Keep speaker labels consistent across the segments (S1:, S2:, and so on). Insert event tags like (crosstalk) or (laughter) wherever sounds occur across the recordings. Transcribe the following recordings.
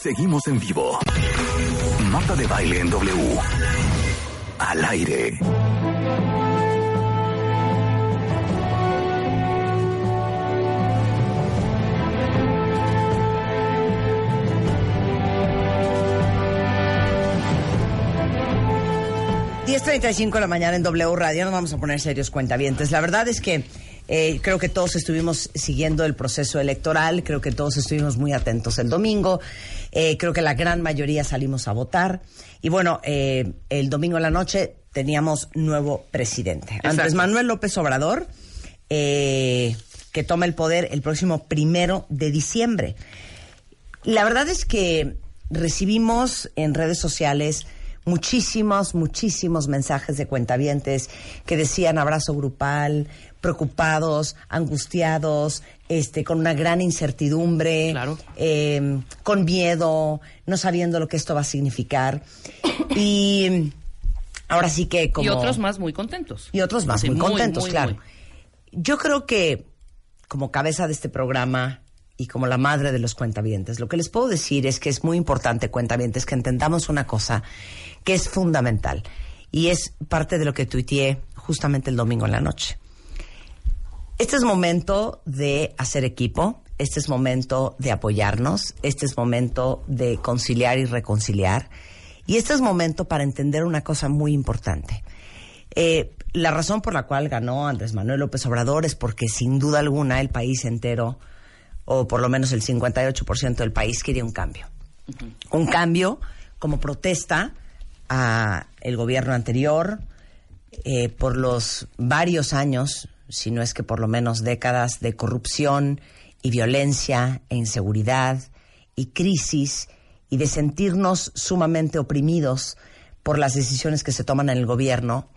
S1: Seguimos en vivo. Marta de baile en W. Al aire.
S2: cinco de la mañana en W Radio, nos vamos a poner serios cuentavientes. La verdad es que eh, creo que todos estuvimos siguiendo el proceso electoral, creo que todos estuvimos muy atentos el domingo, eh, creo que la gran mayoría salimos a votar. Y bueno, eh, el domingo en la noche teníamos nuevo presidente. Andrés Manuel López Obrador, eh, que toma el poder el próximo primero de diciembre. La verdad es que recibimos en redes sociales muchísimos, muchísimos mensajes de cuentavientes que decían abrazo grupal, preocupados, angustiados, este, con una gran incertidumbre,
S3: Claro.
S2: eh, con miedo, no sabiendo lo que esto va a significar. Y ahora sí que como...
S3: Y otros más muy contentos.
S2: Y otros más
S3: Sí,
S2: muy contentos,
S3: muy,
S2: claro.
S3: muy.
S2: Yo creo que como cabeza de este programa y como la madre de los cuentavientes, lo que les puedo decir es que es muy importante, cuentavientes, que entendamos una cosa que es fundamental y es parte de lo que tuiteé justamente el domingo en la noche. Este es momento de hacer equipo, este es momento de apoyarnos, este es momento de conciliar y reconciliar y este es momento para entender una cosa muy importante. Eh, la razón por la cual ganó Andrés Manuel López Obrador es porque sin duda alguna el país entero, o por lo menos el 58% del país, quería un cambio. Un cambio como protesta a el gobierno anterior eh, por los varios años, si no es que por lo menos décadas de corrupción y violencia e inseguridad y crisis y de sentirnos sumamente oprimidos por las decisiones que se toman en el gobierno,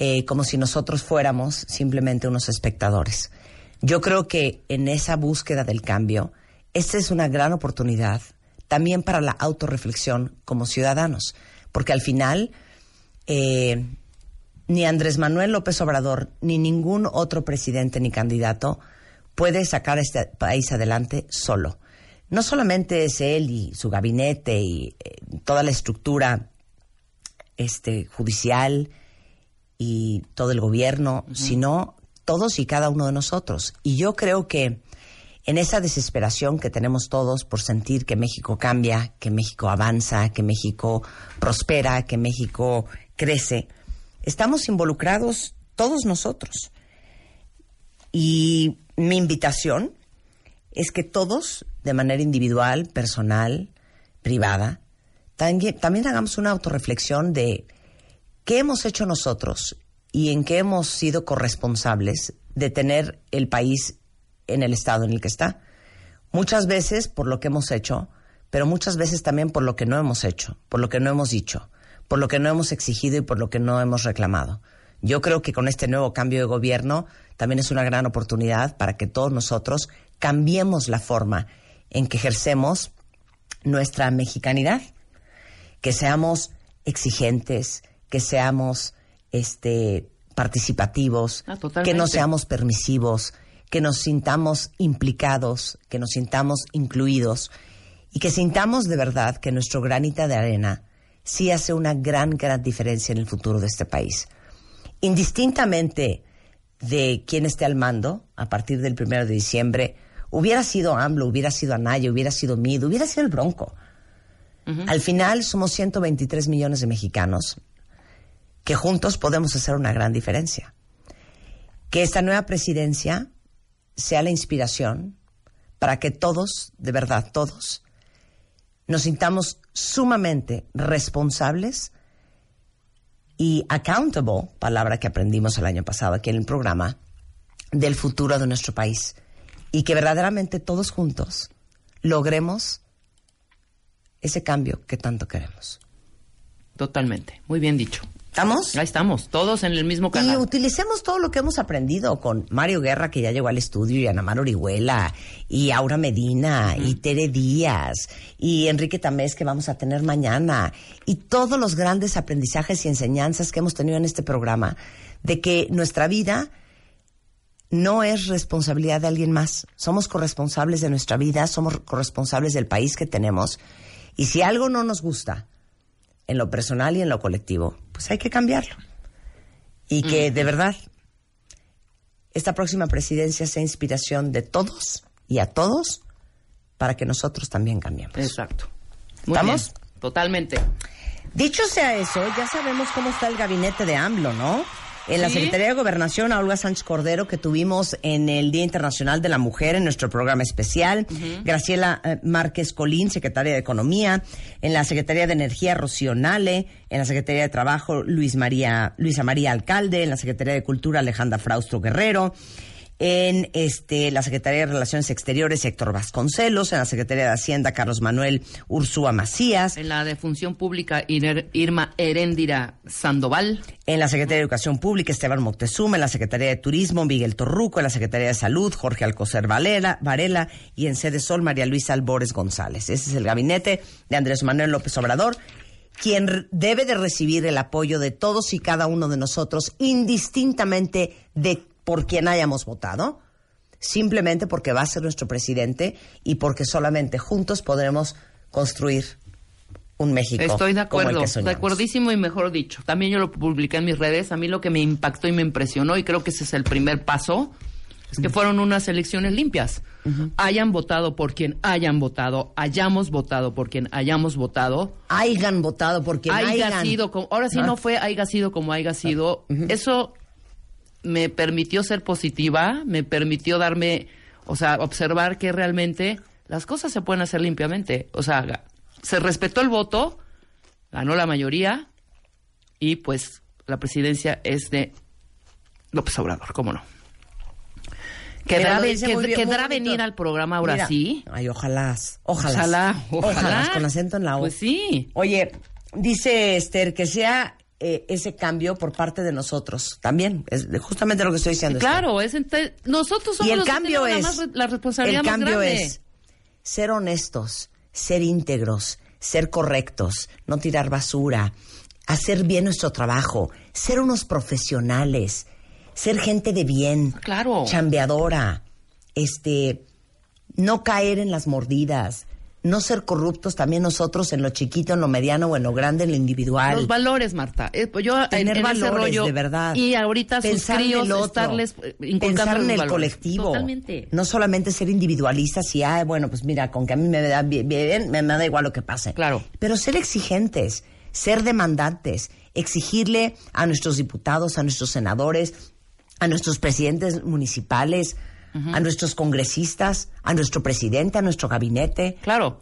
S2: eh, como si nosotros fuéramos simplemente unos espectadores. Yo creo que en esa búsqueda del cambio, esta es una gran oportunidad también para la autorreflexión como ciudadanos, porque al final eh, ni Andrés Manuel López Obrador, ni ningún otro presidente ni candidato puede sacar a este país adelante solo. No solamente es él y su gabinete y eh, toda la estructura este, judicial y todo el gobierno, sino todos y cada uno de nosotros. Y yo creo que en esa desesperación que tenemos todos por sentir que México cambia, que México avanza, que México prospera, que México crece, estamos involucrados todos nosotros. Y mi invitación es que todos, de manera individual, personal, privada, tangue- también hagamos una autorreflexión de qué hemos hecho nosotros y en qué hemos sido corresponsables de tener el país en el estado en el que está. Muchas veces por lo que hemos hecho, pero muchas veces también por lo que no hemos hecho, por lo que no hemos dicho, por lo que no hemos exigido y por lo que no hemos reclamado. Yo creo que con este nuevo cambio de gobierno también es una gran oportunidad para que todos nosotros cambiemos la forma en que ejercemos nuestra mexicanidad que seamos exigentes, que seamos este participativos,
S3: Ah, totalmente.
S2: que no seamos permisivos, que nos sintamos implicados, que nos sintamos incluidos y que sintamos de verdad que nuestro granita de arena sí hace una gran gran diferencia en el futuro de este país. Indistintamente de quién esté al mando a partir del primero de diciembre, hubiera sido AMLO, hubiera sido Anaya, hubiera sido Mid, hubiera sido el Bronco. Al final somos 123 millones de mexicanos que juntos podemos hacer una gran diferencia. Que esta nueva presidencia sea la inspiración para que todos, de verdad todos, nos sintamos sumamente responsables y accountable, palabra que aprendimos el año pasado aquí en el programa, del futuro de nuestro país. Y que verdaderamente todos juntos logremos ese cambio que tanto queremos.
S3: Totalmente. Muy bien dicho.
S2: ¿Estamos?
S3: Ahí estamos, todos en el mismo
S2: Y
S3: canal.
S2: utilicemos todo lo que hemos aprendido con Mario Guerra, que ya llegó al estudio, y Anamar Orihuela, y Aura Medina, y Tere Díaz, y Enrique Tamés, que vamos a tener mañana, y todos los grandes aprendizajes y enseñanzas que hemos tenido en este programa, de que nuestra vida no es responsabilidad de alguien más. Somos corresponsables de nuestra vida, somos corresponsables del país que tenemos, y si algo no nos gusta, en lo personal y en lo colectivo, pues hay que cambiarlo y que de verdad esta próxima presidencia sea inspiración de todos y a todos para que nosotros también cambiemos.
S3: Exacto. Muy
S2: ¿Estamos?
S3: bien, Totalmente.
S2: Dicho sea eso, ya sabemos cómo está el gabinete de AMLO, ¿no? En la
S3: Sí.
S2: Secretaría de Gobernación, a Olga Sánchez Cordero, que tuvimos en el Día Internacional de la Mujer en nuestro programa especial. Graciela eh, Márquez Colín, secretaria de Economía. En la Secretaría de Energía, Rocío Nale. En la Secretaría de Trabajo, Luis María, Luisa María Alcalde. En la Secretaría de Cultura, Alejandra Fraustro Guerrero. En este, la Secretaría de Relaciones Exteriores, Héctor Vasconcelos. En la Secretaría de Hacienda, Carlos Manuel Ursúa Macías.
S3: En la de Función Pública, Iner- Irma Heréndira Sandoval.
S2: En la Secretaría de Educación Pública, Esteban Moctezuma, en la Secretaría de Turismo, Miguel Torruco, en la Secretaría de Salud, Jorge Alcocer Valera- Varela, y en Sede Sol, María Luisa Albores González. Ese es el gabinete de Andrés Manuel López Obrador, quien r- debe de recibir el apoyo de todos y cada uno de nosotros, indistintamente de por quien hayamos votado, simplemente porque va a ser nuestro presidente y porque solamente juntos podremos construir un México
S3: Estoy de
S2: como el
S3: acuerdo,
S2: que
S3: de
S2: soñamos.
S3: acuerdísimo y mejor dicho. También yo lo publiqué en mis redes. A mí lo que me impactó y me impresionó, y creo que ese es el primer paso, es que fueron unas elecciones limpias. Hayan votado por quien hayan votado, hayamos votado por quien hayamos votado,
S2: Hayan votado porque
S3: haya sido como, ahora
S2: Ah.
S3: sí no fue haya sido como haya sido. Eso me permitió ser positiva, me permitió darme, o sea, observar que realmente las cosas se pueden hacer limpiamente. O sea, ga- se respetó el voto, ganó la mayoría y pues la presidencia es de López Obrador, ¿cómo no? Quedará, quedará venir al programa ahora sí.
S2: Ay, ojalá. Ojalá.
S3: Ojalá, ojalá.
S2: Con acento en la O.
S3: Pues sí.
S2: Oye, dice Esther que sea eh, ese cambio por parte de nosotros también. Es de- justamente lo que estoy diciendo. Esther.
S3: Claro, es ente- nosotros somos
S2: Y el
S3: los que
S2: cambio
S3: tenemos
S2: es.
S3: la, más re- la responsabilidad
S2: el cambio
S3: más grande.
S2: es ser honestos, ser íntegros, ser correctos, no tirar basura, hacer bien nuestro trabajo, ser unos profesionales, ser gente de bien,
S3: Ah, Claro.
S2: chambeadora, este, no caer en las mordidas, no ser corruptos también nosotros en lo chiquito, en lo mediano o en lo grande, en lo individual.
S3: Los valores, Marta. Eh, pues Yo en-
S2: Tener
S3: en, ese
S2: valores,
S3: rollo,
S2: de verdad.
S3: Y ahorita sus
S2: Pensar en
S3: críos
S2: el otro,
S3: estarles eh, inculcando
S2: pensar en
S3: los
S2: el
S3: valores.
S2: colectivo.
S3: Totalmente.
S2: No solamente ser individualistas y, ah, bueno, pues mira, con que a mí me da bien, bien, me da igual lo que pase.
S3: Claro.
S2: Pero ser exigentes, ser demandantes, exigirle a nuestros diputados, a nuestros senadores, a nuestros presidentes municipales, a nuestros congresistas, a nuestro presidente, a nuestro gabinete,
S3: Claro.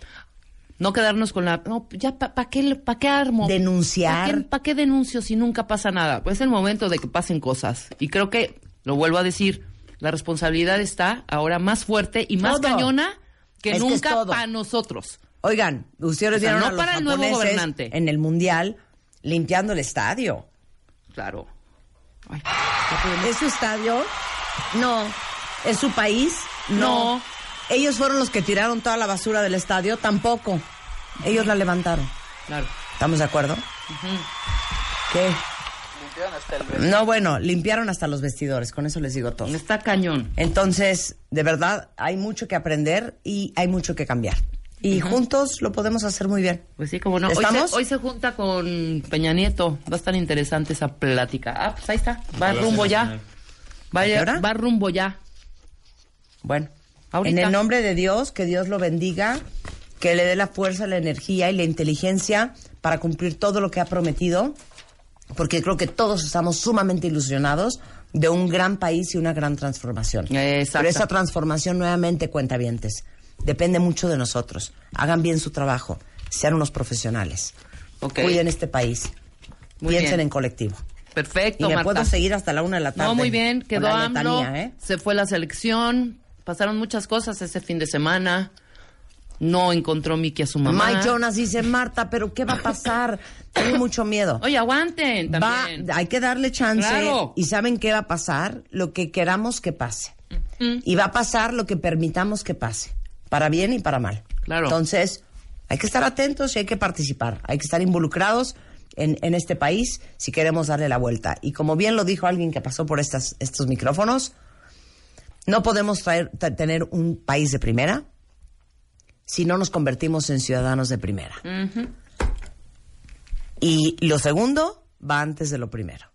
S3: No quedarnos con la. No, ya, ¿para qué, le- pa qué armo?
S2: Denunciar.
S3: ¿Para qué, pa' qué denuncio si nunca pasa nada? Pues es el momento de que pasen cosas. Y creo que, lo vuelvo a decir, la responsabilidad está ahora más fuerte y más
S2: Todo.
S3: cañona que
S2: Es que es
S3: nunca
S2: todo.
S3: para nosotros.
S2: Oigan, ustedes
S3: O sea,
S2: vieron
S3: no
S2: a los
S3: para el nuevo
S2: japoneses
S3: gobernante.
S2: en el mundial limpiando el estadio.
S3: Claro. Ay.
S2: ¿Es su estadio? No. ¿Es su país? No.
S3: No.
S2: ¿Ellos fueron los que tiraron toda la basura del estadio? Tampoco. Ellos la levantaron.
S3: Claro.
S2: ¿Estamos de acuerdo? ¿Qué? No, bueno, limpiaron hasta los vestidores, con eso les digo todo.
S3: Está cañón.
S2: Entonces, de verdad, hay mucho que aprender y hay mucho que cambiar. Y juntos lo podemos hacer muy bien.
S3: Pues sí, como no. Hoy se,
S2: ¿Estamos?
S3: hoy se junta con Peña Nieto. Va a estar interesante esa plática. Ah, pues ahí está. Va rumbo ya.
S2: ¿A qué
S3: Vaya,
S2: hora?
S3: va rumbo ya.
S2: Bueno,
S3: Ahorita.
S2: en el nombre de Dios, que Dios lo bendiga, que le dé la fuerza, la energía y la inteligencia para cumplir todo lo que ha prometido, porque creo que todos estamos sumamente ilusionados de un gran país y una gran transformación.
S3: Exacto.
S2: Pero esa transformación nuevamente cuenta vientes. Depende mucho de nosotros. Hagan bien su trabajo, sean unos profesionales.
S3: Ok.
S2: Cuiden este país.
S3: Muy
S2: Piensen
S3: bien.
S2: en colectivo. Y
S3: Perfecto,
S2: me
S3: Marta.
S2: puedo seguir hasta la una de la tarde.
S3: No, muy bien.
S2: con
S3: Quedó
S2: la
S3: AMLO.
S2: letanía, ¿eh?
S3: Se fue la selección. Pasaron muchas cosas ese fin de semana. No encontró Mickey a su mamá.
S2: Mike Jonas dice, Marta, ¿pero qué va a pasar? Tengo mucho miedo.
S3: Oye, aguanten también.
S2: Va, hay que darle chance.
S3: Claro.
S2: Y ¿saben qué va a pasar? Lo que queramos que pase. Y va a pasar lo que permitamos que pase. Para bien y para mal.
S3: Claro.
S2: Entonces, hay que estar atentos y hay que participar. Hay que estar involucrados en, en este país si queremos darle la vuelta. Y como bien lo dijo alguien que pasó por estas, estos micrófonos, no podemos traer- te- tener un país de primera si no nos convertimos en ciudadanos de primera. Y lo segundo va antes de lo primero.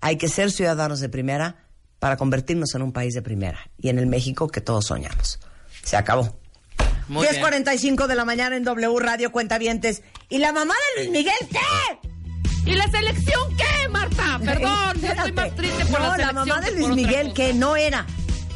S2: Hay que ser ciudadanos de primera para convertirnos en un país de primera y en el México que todos soñamos. Se acabó.
S3: Muy bien.
S2: 10.45 de la mañana en W Radio Cuentavientes. ¿Y la mamá de Luis Miguel qué?
S3: ¿Y la selección qué,
S2: (laughs)
S3: Marta? Perdón, yo estoy
S2: Espérate.
S3: más triste por
S2: no,
S3: la selección.
S2: mamá de
S3: que
S2: Luis
S3: por otra
S2: Miguel
S3: cosa.
S2: que no era.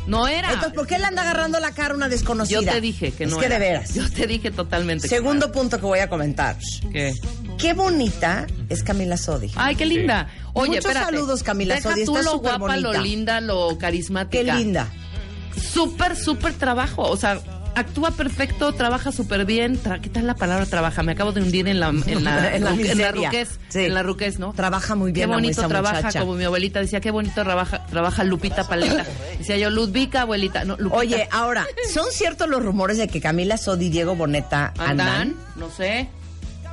S3: No era.
S2: Entonces, ¿por qué le anda agarrando la cara a una desconocida?
S3: Yo te dije que
S2: es
S3: no
S2: que
S3: era.
S2: de veras.
S3: Yo te dije totalmente que
S2: Segundo punto que voy a comentar.
S3: no era. ¿Qué?
S2: Qué bonita es Camila Sodi.
S3: Ay, qué linda. Oye,
S2: Muchos
S3: espérate.
S2: saludos, Camila
S3: Deja
S2: Sodi,
S3: tú
S2: estás
S3: lo guapa,
S2: superbonita.
S3: lo linda, lo carismática.
S2: Qué linda.
S3: Súper, súper trabajo. O sea, actúa perfecto, trabaja súper bien. Tra- ¿Qué tal la palabra trabaja? Me acabo de hundir en la en la,
S2: En (laughs) la
S3: ru- en la
S2: miseria.
S3: ruquez.
S2: Sí.
S3: En la ruquez, ¿no?
S2: Trabaja muy bien
S3: Qué
S2: la
S3: bonito
S2: esa
S3: trabaja,
S2: muchacha.
S3: como mi abuelita decía, qué bonito trabaja, trabaja Lupita Paleta. Decía yo, Ludvica, abuelita. No, Lupita.
S2: Oye, ahora, ¿son ciertos los rumores de que Camila Sodi y Diego Boneta
S3: andan,
S2: andan?
S3: no sé.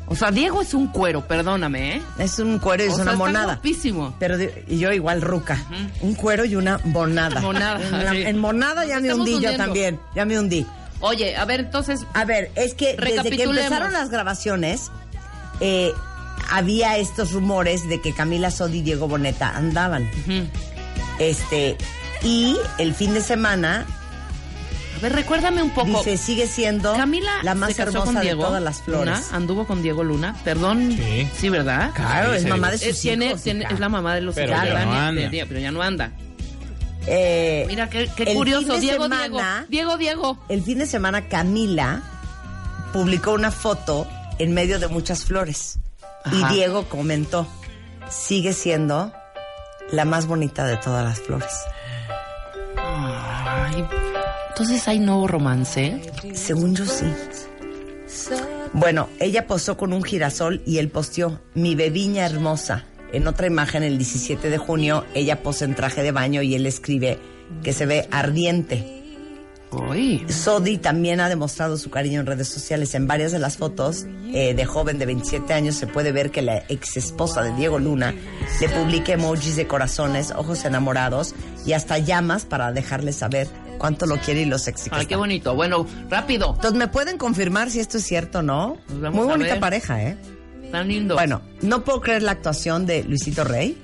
S3: O sea, Diego es un cuero, perdóname, ¿eh?
S2: Es un cuero y
S3: O
S2: es
S3: sea,
S2: una
S3: está
S2: monada.
S3: guapísimo.
S2: Pero di- y yo igual ruca. Un cuero y una monada.
S3: Monada,
S2: En, la-
S3: sí.
S2: en monada ya
S3: Nos
S2: me
S3: estamos
S2: hundí yo
S3: hundiendo.
S2: también. Ya me hundí.
S3: Oye, a ver, entonces,
S2: A ver, es que desde que
S3: Recapitulemos.
S2: empezaron las grabaciones, eh, había estos rumores de que Camila Sodi y Diego Boneta andaban.
S3: ujú.
S2: Este, y el fin de semana
S3: a ver, recuérdame un poco.
S2: dice sigue siendo
S3: Camila
S2: la más
S3: se casó
S2: hermosa
S3: con
S2: de
S3: Diego
S2: todas las
S3: Luna,
S2: flores.
S3: anduvo con Diego Luna, perdón.
S4: Sí.
S3: ¿verdad?
S2: Claro,
S4: Sí,
S2: es
S4: sí.
S2: mamá de sus
S3: Es, Eh, tiene-
S2: hijos,
S3: tiene-
S2: hija.
S3: es la mamá de los
S4: Pero
S3: hijos,
S4: ya
S3: ¿verdad?
S4: no anda.
S3: De- de- pero ya no anda.
S2: Eh,
S3: Mira, qué, qué
S2: el fin
S3: curioso.
S2: de
S3: Diego,
S2: semana-
S3: Diego, Diego, Diego.
S2: El fin de semana Camila publicó una foto en medio de muchas flores.
S3: Ajá.
S2: Y Diego comentó, sigue siendo la más bonita de todas las flores.
S3: Ay, entonces hay nuevo romance.
S2: Según yo sí. Bueno, ella posó con un girasol y él posteó mi bebiña hermosa. En otra imagen, el 17 de junio, ella posa en traje de baño y él escribe que se ve ardiente.
S3: Uy.
S2: Sodi también ha demostrado su cariño en redes sociales. En varias de las fotos eh, de joven de 27 años se puede ver que la ex esposa de Diego Luna le publica emojis de corazones, ojos enamorados y hasta llamas para dejarle saber cuánto lo quiere y lo sexy que
S3: Ay,
S2: está.
S3: qué bonito. Bueno, rápido.
S2: Entonces, ¿me pueden confirmar si esto es cierto o no?
S3: Pues vamos
S2: Muy
S3: a
S2: bonita
S3: ver.
S2: pareja, ¿eh?
S3: Tan lindo.
S2: Bueno, no puedo creer la actuación de Luisito Rey.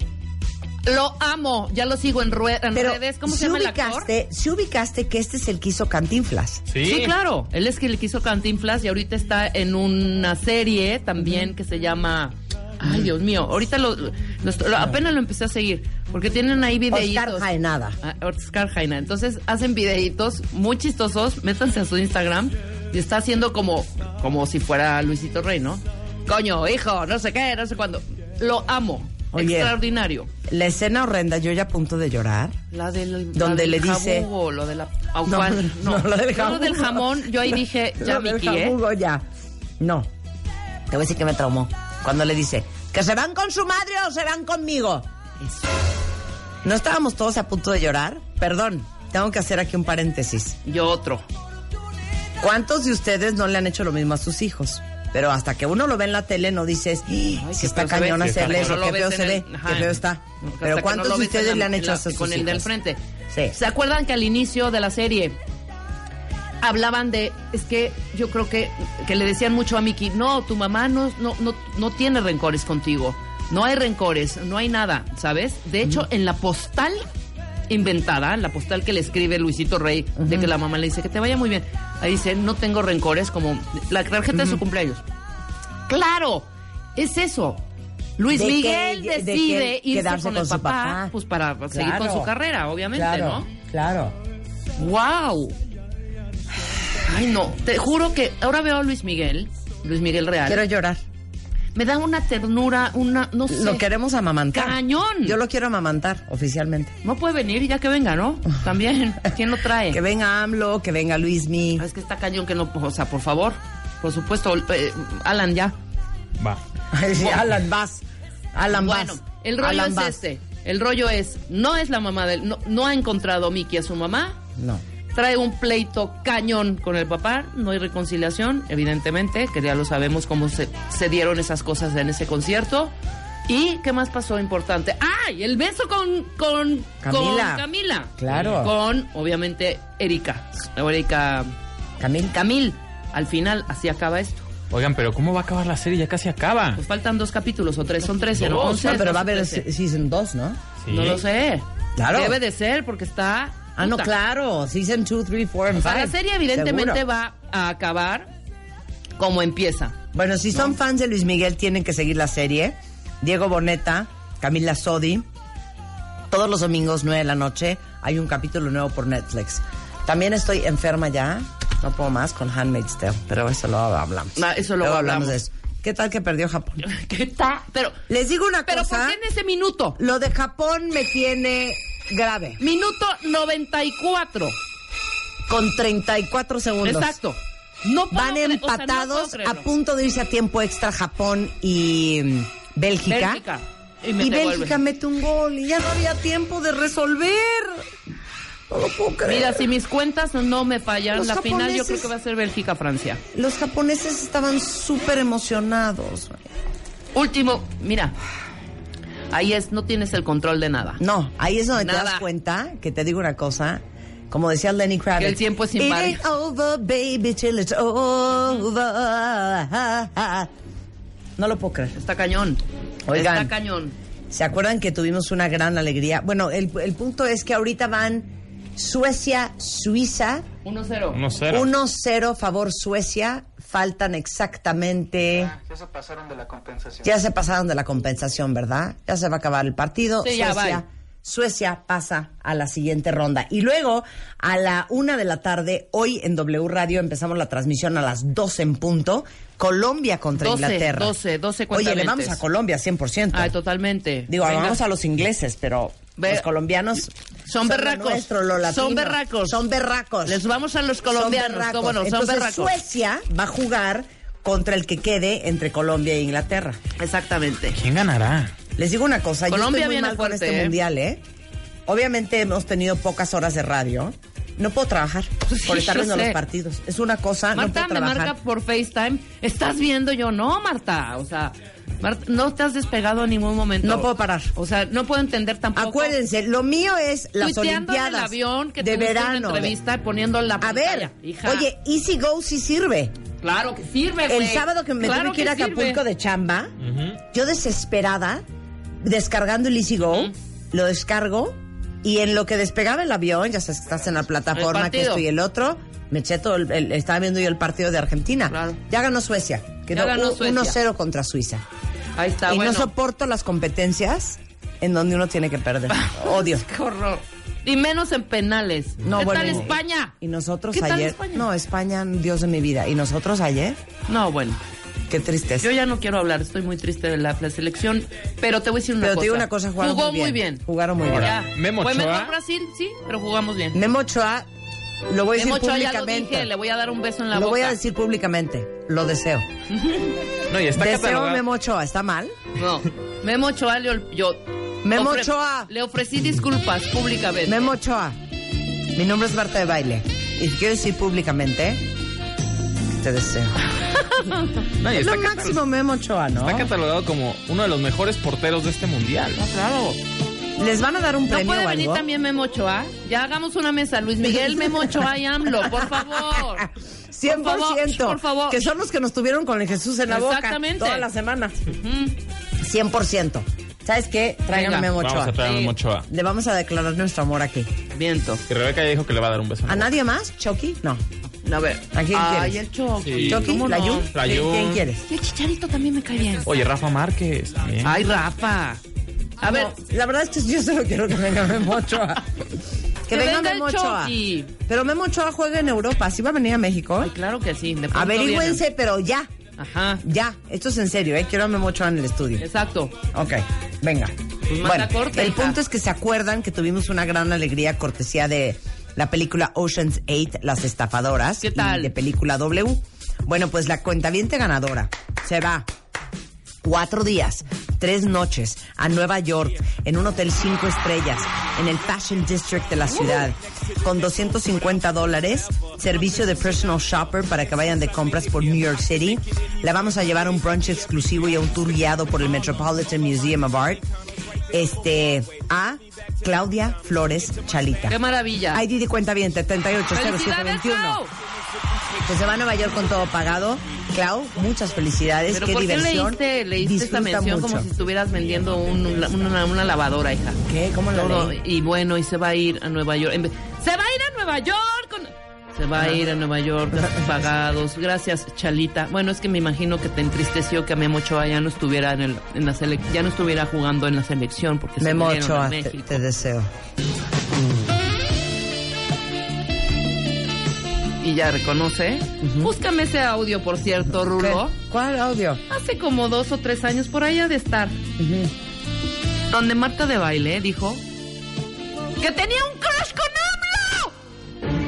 S3: Lo amo. Ya lo sigo en, rue- en
S2: Pero
S3: redes. ¿Cómo
S2: si
S3: se llama el actor?
S2: ubicaste, si ubicaste que este es el que hizo Cantinflas.
S4: Sí,
S3: Sí, claro. Él es que le quiso Cantinflas y ahorita está en una serie también que se llama. Ay, Dios mío. Ahorita lo, lo- lo- apenas lo empecé a seguir porque tienen ahí
S2: Oscar
S3: videitos.
S2: Jaenada.
S3: Ah, Oscar Jaina. Entonces hacen videitos muy chistosos. Métanse a su Instagram y está haciendo como como si fuera Luisito Rey, ¿no? Coño, hijo, no sé qué, no sé cuándo. Lo amo.
S2: Oye.
S3: Extraordinario.
S2: La escena horrenda, yo ya a punto de llorar.
S3: La del. la
S2: Donde
S3: del
S2: le dice-
S3: jabugo, lo de la. ¿o cuál?
S2: no, no, lo del
S3: Yo del
S2: jabugo.
S3: jamón, yo ahí (laughs) dije, ya,
S2: (laughs) Lo del
S3: Miki, ¿eh?
S2: jabugo, ya. No. Te voy a decir que me traumó. Cuando le dice, ¿que se van con su madre o se van conmigo? No estábamos todos a punto de llorar. Perdón, tengo que hacer aquí un paréntesis.
S3: Yo otro.
S2: ¿Cuántos de ustedes no le han hecho lo mismo a sus hijos? Pero hasta que uno lo ve en la tele no dices, "Ih,
S3: Ay,
S2: si
S3: qué
S2: está
S3: feo se ve,
S2: cañón
S3: sí, está
S2: hacerle
S3: cañón.
S2: eso,
S3: No lo
S2: qué
S3: ves
S2: feo
S3: en
S2: se
S3: el-
S2: ve,
S3: ajá,
S2: qué feo
S3: en-
S2: está.
S3: hasta que
S2: Pero
S3: no
S2: ¿cuántos
S3: lo
S2: de
S3: ves en
S2: ustedes
S3: la-
S2: le han hecho
S3: en
S2: a
S3: la-
S2: sus
S3: Con el del
S2: hijos?
S3: frente.
S2: Sí.
S3: ¿Se acuerdan que al inicio de la serie hablaban de, es que yo creo que, que le decían mucho a Miki, no, tu mamá no, no, no, no tiene rencores contigo, no hay rencores, no hay nada, ¿sabes? De hecho, en la postal inventada, la postal que le escribe Luisito Rey, de que la mamá le dice que te vaya muy bien, ahí dice, no tengo rencores, como la tarjeta de su cumpleaños. Claro, es eso. Luis
S2: De que-
S3: Miguel
S2: de que
S3: decide irse
S2: quedarse
S3: con, el
S2: con su
S3: papá,
S2: papá.
S3: pues para seguir
S2: Claro.
S3: con su carrera, obviamente,
S2: Claro, claro.
S3: ¿no? ¡Wow! Ay, no, te juro que ahora veo a Luis Miguel, Luis Miguel Real.
S2: Quiero llorar.
S3: me da una ternura, una, no sé.
S2: Lo queremos amamantar.
S3: Cañón.
S2: Yo lo quiero amamantar oficialmente.
S3: No puede venir, ya que
S2: (laughs)
S3: venga, ¿no? También, ¿quién lo trae?
S2: Que venga AMLO, que venga Luismi.
S3: Ah, Es que está cañón que no, o sea, por favor. Por supuesto, eh, Alan ya.
S4: Va.
S2: Sí, Alan Bass. Alan Bass.
S3: Bueno, el rollo
S2: Alan
S3: es
S2: Bass.
S3: este. El rollo es, no es la mamá del, no, no ha encontrado Mickey a su mamá.
S2: No.
S3: Trae un pleito cañón con el papá, no hay reconciliación, evidentemente, que ya lo sabemos cómo se, se dieron esas cosas en ese concierto. ¿Y qué más pasó importante? ¡Ay! El beso con, con
S2: Camila.
S3: Con Camila.
S2: Claro.
S3: Con, obviamente, Erika. Erika.
S2: Camil.
S3: Camil. Al final, así acaba esto.
S4: Oigan, pero ¿cómo va a acabar la serie? Ya casi acaba.
S3: Pues faltan dos capítulos o tres, son trece, ¿no?
S4: Dos.
S3: Once,
S2: No, pero va a
S3: doce,
S2: haber
S3: trece.
S2: se- Season 2, ¿no?
S4: Sí.
S3: No lo sé.
S2: Claro.
S3: Debe de ser porque está.
S2: Ah, no,
S3: puta.
S2: claro. Season 2, 3, 4 and
S3: O sea,
S2: 5.
S3: la serie evidentemente
S2: Seguro.
S3: va a acabar como empieza.
S2: Bueno, si son fans de Luis Miguel, tienen que seguir la serie. Diego Boneta, Camila Sodi. Todos los domingos, 9 de la noche, hay un capítulo nuevo por Netflix. También estoy enferma ya. No puedo más con Handmaid's Tale, pero eso lo hablamos.
S3: Ah, eso luego hablamos.
S2: de eso. ¿Qué tal que perdió Japón?
S3: (laughs) ¿Qué tal? Pero,
S2: Les digo una
S3: pero
S2: cosa.
S3: ¿por qué en ese minuto?
S2: Lo de Japón me tiene grave.
S3: Minuto 94.
S2: Con 34 segundos.
S3: Exacto. No puedo
S2: Van
S3: cre- o sea, no puedo
S2: empatados
S3: creerlo.
S2: a punto de irse a tiempo extra Japón y mm, Bélgica.
S3: Bélgica.
S2: Y,
S3: mete gol,
S2: Bélgica mete un gol y ya no había tiempo de resolver. No lo puedo creer.
S3: Mira, si mis cuentas no me fallan,
S2: Los
S3: la final yo
S2: japoneses-
S3: creo que va a ser Bélgica-Francia.
S2: Los japoneses estaban súper emocionados. güey.
S3: Último, mira. Ahí es, no tienes el control de nada.
S2: No, ahí es donde te
S3: Nada.
S2: das cuenta que te digo una cosa. Como decía Lenny Kravitz.
S3: Que el tiempo es
S2: It
S3: impar".
S2: ain't over, baby, till it's over. No lo puedo creer.
S3: Está cañón.
S2: Oigan.
S3: Está cañón.
S2: ¿Se acuerdan que tuvimos una gran alegría? Bueno, el, el punto es que ahorita van Suecia, Suiza.
S3: 1-0.
S4: No sé.
S2: 1-0 favor Suecia. Faltan exactamente.
S5: Ya se pasaron de la compensación.
S2: Ya se pasaron de la compensación, ¿verdad? Ya se va a acabar el partido.
S3: Sí, ya,
S2: Suecia,
S3: bye.
S2: Suecia pasa a la siguiente ronda. Y luego, a la una de la tarde, hoy en W Radio empezamos la transmisión a las 12 en punto. Colombia contra
S3: 12,
S2: Inglaterra.
S3: 12, 12
S2: Oye, le
S3: cuentavientes.
S2: vamos a Colombia 100%.
S3: Ay, totalmente.
S2: Digo,
S3: Venga.
S2: vamos a los ingleses, pero
S3: Ve-
S2: los colombianos
S3: Son
S2: lo
S3: berracos.
S2: nuestro, lo latino.
S3: Son berracos.
S2: Son berracos.
S3: Les vamos a los
S2: Son
S3: colombianos,
S2: berracos.
S3: cómo no, son
S2: Entonces,
S3: berracos.
S2: Suecia va a jugar contra el que quede entre Colombia e Inglaterra.
S3: Exactamente.
S4: ¿Quién ganará?
S2: Les digo una cosa,
S3: Colombia
S2: yo estoy muy
S3: viene
S2: mal con
S3: fuerte,
S2: este
S3: ¿eh?
S2: mundial, ¿eh? Obviamente hemos tenido pocas horas de radio. No puedo trabajar
S3: Pues (laughs) sí,
S2: por estar
S3: yo
S2: viendo
S3: sé.
S2: los partidos. Es una cosa,
S3: Marta
S2: Ah, no puedo
S3: me
S2: trabajar.
S3: marca por FaceTime. ¿Estás viendo yo? No, Marta. O sea, Marta, no te has despegado en ningún momento.
S2: No puedo parar.
S3: O sea, no puedo entender tampoco.
S2: Acuérdense, lo mío es las
S3: Tuiteando en
S2: Olimpiadas
S3: el avión que
S2: de
S3: tuviste una
S2: verano.
S3: entrevista y poniendo la
S2: A
S3: pantalla.
S2: ver,
S3: hija.
S2: oye, Easy Go sí sirve.
S3: Claro que sirve, güey.
S2: El sábado que me
S3: Claro
S2: tuve que ir a
S3: sirve.
S2: Acapulco de chamba, yo desesperada, descargando el Easy Go, lo descargo y en lo que despegaba el avión, ya sabes que estás en la
S3: El
S2: plataforma,
S3: partido.
S2: que esto y el otro, me eché todo el, el- estaba viendo yo el partido de Argentina.
S3: Claro.
S2: Ya ganó Suecia, quedó
S3: ganó
S2: u-
S3: Suecia.
S2: 1-0 contra Suiza.
S3: Ahí está,
S2: y
S3: bueno.
S2: no soporto las competencias en donde uno tiene que
S3: (laughs)
S2: perder. Odio.
S3: Qué horror. Y menos en penales.
S2: No,
S3: ¿Qué
S2: bueno,
S3: tal
S2: y-
S3: España?
S2: Y nosotros
S3: ¿Qué
S2: ayer.
S3: tal España?
S2: No, España, Dios de mi vida. Y nosotros ayer,
S3: No, bueno.
S2: qué tristeza.
S3: Yo ya no quiero hablar, estoy muy triste de la, la selección, pero te voy a decir una
S2: Pero
S3: cosa.
S2: te digo una cosa, jugaron
S3: Jugó
S2: muy bien.
S3: muy bien.
S2: Jugaron muy bien.
S3: Ya.
S4: Memo
S3: Fue
S4: Ochoa.
S3: mejor Brasil, sí, pero jugamos bien.
S2: Memo Ochoa, lo voy a
S3: Memo
S2: decir
S3: Ochoa ya lo
S2: públicamente.
S3: dije, le voy a dar un beso en la
S2: lo
S3: boca.
S2: voy a decir públicamente. Lo deseo.
S4: No, y está
S2: Deseo
S4: catalogada.
S2: Memo Ochoa, ¿está mal?
S3: No, Memo Ochoa, le ol- yo...
S2: Memo Ochoa.
S3: Le ofrecí disculpas públicamente.
S2: Memo Ochoa, mi nombre es Marta de Baile. Y quiero decir públicamente que te
S3: (laughs)
S2: deseo.
S4: No, y
S2: Es
S4: está
S2: lo
S4: catalogada.
S2: máximo Memo Ochoa, ¿no?
S4: Está catalogado como uno de los mejores porteros de este mundial.
S3: No, claro.
S2: ¿Les van a dar un
S3: ¿No
S2: premio
S3: puede
S2: o
S3: venir
S2: algo?
S3: también Memo Ochoa? Ya hagamos una mesa, Luis Miguel, Memo Ochoa y AMLO,
S2: (laughs)
S3: por favor.
S2: 100%,
S3: Por favor, por favor.
S2: que son los que nos tuvieron con el Jesús en la boca
S3: Exactamente.
S2: toda la semana.
S3: Mm,
S2: 100%. ¿Sabes qué? Traigan
S3: Venga,
S2: a Memo
S4: Vamos
S2: Ochoa.
S4: a traer a Memo Ochoa.
S2: Le vamos a declarar nuestro amor aquí.
S3: Viento.
S4: Y Rebeca ya dijo que le va a dar un beso. en
S3: Ah,
S4: la
S2: ¿A nadie más? ¿Chucky? No.
S3: A ver.
S2: ¿A quién
S3: Ay,
S2: quieres?
S3: el Chucky.
S4: Sí.
S2: ¿Chucky?
S3: ¿Cómo
S2: ¿La
S3: no?
S2: Yu?
S4: La
S2: ¿Quién-
S4: Yu.
S2: ¿Quién quieres?
S3: Y el Chicharito también me cae bien.
S4: boca. Oye, Rafa Márquez también.
S3: Ay, Rafa. A ver,
S2: Ah, No, la verdad es que yo solo quiero que venga Memo
S3: (laughs)
S2: Ochoa. Que
S3: Que
S2: venga
S3: venga el
S2: Memo Ochoa.
S3: Chucky.
S2: Pero Memo Ochoa juega en Europa, si va a venir a México.
S3: Ay, claro que sí. de pronto
S2: Averígüense, pero ya.
S3: vienen. Ajá.
S2: Ya, esto es en serio, ¿eh? Quiero a Memo Ochoa en el estudio.
S3: Exacto.
S2: Ok, venga.
S3: manda
S2: bueno,
S3: corte,
S2: el
S3: hija.
S2: punto es que se acuerdan que tuvimos una gran alegría cortesía de la película Ocean's 8, Las Estafadoras.
S3: ¿Qué tal?
S2: y de película W. Bueno, pues la cuentaviente ganadora se va cuatro días, tres noches a Nueva York en un hotel cinco estrellas en el Fashion District de la ciudad con 250 dólares, servicio de personal shopper para que vayan de compras por New York City. La vamos a llevar a un brunch exclusivo y a un tour guiado por el Metropolitan Museum of Art. Este, a Claudia Flores Chalita.
S3: ¡Qué maravilla!
S2: ID de cuenta bien, 780721.
S3: Clau!
S2: Pues se va a Nueva York con todo pagado. Clau, muchas felicidades.
S3: Pero
S2: Pues qué
S3: ¿por qué
S2: diversión.
S3: leíste, leíste esta
S2: Disfruta
S3: mención
S2: mucho.
S3: como si estuvieras vendiendo un- una, una- una lavadora, hija?
S2: ¿Qué? ¿Cómo la
S3: Todo,
S2: leí?
S3: y bueno, y se va a ir a Nueva York. En vez- ¡Se va a ir a Nueva York! con- Se va a ir a Nueva York,
S2: (laughs)
S3: gastos pagados. Gracias, Chalita. Bueno, es que me imagino que te entristeció que Memo Ochoa ya no estuviera en, el, en la sele- ya no estuviera jugando en la selección porque se
S2: Memo
S3: vinieron a
S2: Ochoa, te,
S3: México.
S2: te deseo.
S3: Y ya reconoce. Búscame ese audio, por cierto, Rulo.
S2: ¿Qué? ¿Cuál audio?
S3: Hace como dos o tres años por ahí ha de estar. Donde Marta de baile dijo que tenía un crush con AMLO.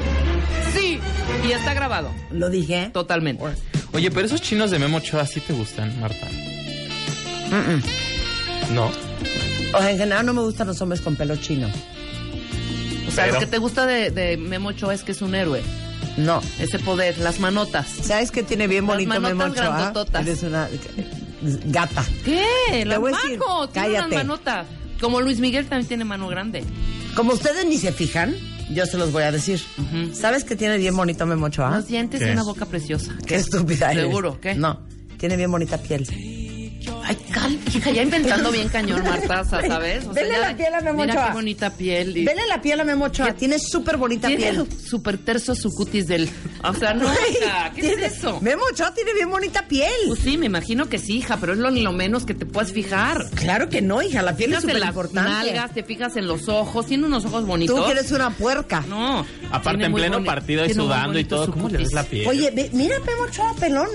S3: Sí, y está grabado.
S2: Lo dije.
S3: Totalmente.
S4: Oye, pero esos chinos de Memo Ochoa sí te gustan, Marta. No.
S2: O sea, en general no me gustan los hombres con pelo chino.
S3: O sea,
S4: Pero-
S3: lo que te gusta de, de Memo Ochoa es que es un héroe.
S2: No.
S3: Ese poder, las manotas.
S2: ¿Sabes qué tiene bien
S3: Las
S2: bonito Memo
S3: manotas
S2: Ochoa?
S3: grandototas.
S2: Eres una gata.
S3: ¿Qué? Las
S2: voy a decir,
S3: manos. Tiene unas
S2: cállate.
S3: manotas. Como Luis Miguel también tiene mano grande.
S2: Como ustedes ni se fijan, yo se los voy a decir.
S3: Ujú.
S2: ¿Sabes qué tiene bien bonito Memo Ochoa?
S3: Unos dientes
S4: ¿Qué?
S3: y una boca preciosa.
S2: Qué estúpida eres.
S3: ¿Seguro? ¿Qué?
S2: No, tiene bien bonita piel.
S3: Ay, cal, hija, ya inventando bien
S2: (laughs)
S3: cañón, Marta, ¿sabes?
S2: Vele
S3: ya
S2: la
S3: de-
S2: piel a Memo
S3: Mira
S2: Ochoa.
S3: qué bonita piel. y-
S2: Vele la piel a Memo Ochoa, tiene súper bonita
S3: Tiene
S2: piel.
S3: súper terso su cutis del... O sea, no, hija, ¿qué
S2: Tiene-
S3: es eso?
S2: Memo Ochoa tiene bien bonita piel.
S3: Pues sí, me imagino que sí, hija, pero es lo, lo menos que te puedes fijar.
S2: claro que no, hija, la piel es
S3: Fijas en
S2: súper
S3: las
S2: importante.
S3: nalgas, te fijas en los ojos, tiene unos ojos bonitos.
S2: Tú que eres una puerca.
S3: No.
S4: Aparte,
S3: tiene
S4: en
S3: muy
S4: pleno
S3: boni-
S4: partido y
S3: tiene muy
S4: sudando y
S3: bonito
S4: todo.
S3: su
S4: ¿Cómo le ves
S3: cutis.
S4: la piel?
S2: Oye, ve- mira Memo Ochoa, pelón.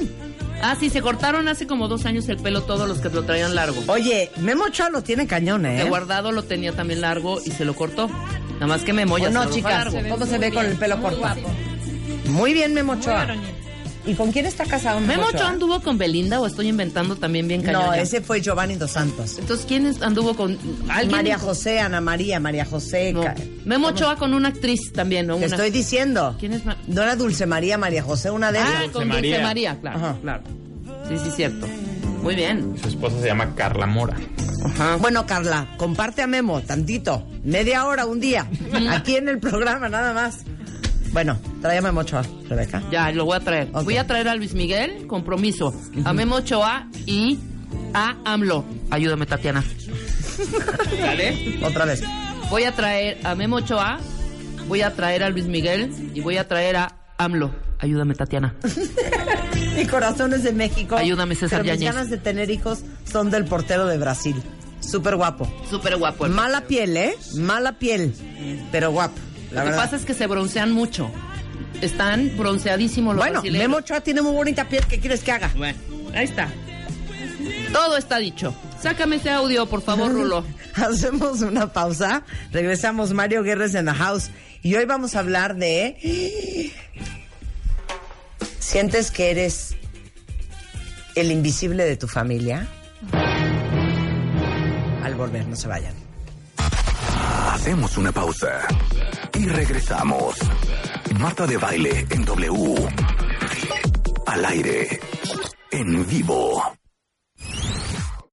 S3: Ah, sí, se cortaron hace como dos años el pelo todos los que lo traían largo.
S2: Oye, Memo Ochoa lo tiene cañón, ¿eh?
S3: De guardado lo tenía también largo y se lo cortó. Nada más que me molla.
S2: Oh, no, chicas, ¿cómo se ve con el pelo corto? Muy bien, Memo Ochoa. ¿Y con quién está casado Memo
S3: ¿Memo
S2: Ochoa?
S3: Ochoa anduvo con Belinda o estoy inventando también bien cañón?
S2: No,
S3: ya?
S2: ese fue Giovanni Dos Santos.
S3: Entonces, ¿quién es- anduvo con alguien?
S2: María José, Ana María, María José.
S3: No.
S2: ca-
S3: Memo Ochoa con una actriz también, ¿no?
S2: Te
S3: Una-
S2: estoy diciendo.
S3: ¿Quién es Ma-
S2: No era Dulce María, María José, una de
S3: Ah,
S2: ellas.
S3: con Dulce María,
S4: María.
S3: claro,
S2: Ajá.
S3: claro. Sí, sí, cierto. Muy bien.
S4: Su esposa se llama Carla Mora.
S3: Ajá.
S2: Bueno, Carla, comparte a Memo tantito. Media hora, un día. Aquí en el programa, nada más. Bueno, trae a Memo Ochoa, Rebeca.
S3: Ya, lo voy a traer.
S2: Ok.
S3: Voy a traer a Luis Miguel, compromiso. A Memo Ochoa y a AMLO. Ayúdame, Tatiana. ¿Vale?
S2: Otra vez.
S3: Voy a traer a Memo Ochoa, voy a traer a Luis Miguel y voy a traer a AMLO.
S2: (laughs)
S3: Ayúdame, Tatiana.
S2: Mi corazón es de México.
S3: Ayúdame, César
S2: pero mis
S3: Yáñez.
S2: ganas de tener hijos son del portero de Brasil. Súper guapo.
S3: Súper guapo. el
S2: Mala piel, ¿eh? Mala piel. Pero guapo, la
S3: Lo que
S2: verdad.
S3: pasa es que se broncean mucho. Están bronceadísimos los
S2: bueno,
S3: brasileños.
S2: Memo Ochoa tiene muy bonita piel. ¿Qué quieres que haga?
S3: Bueno, ahí está. Todo está dicho. Sácame ese audio, por favor, Rulo.
S2: (laughs) Hacemos una pausa. Regresamos Mario Guerres en la house. Y hoy vamos a hablar de. ¿Sientes que eres el invisible de tu familia? Al volver, no se vayan.
S1: Hacemos una pausa y regresamos. Marta de baile en W. Al aire. En vivo.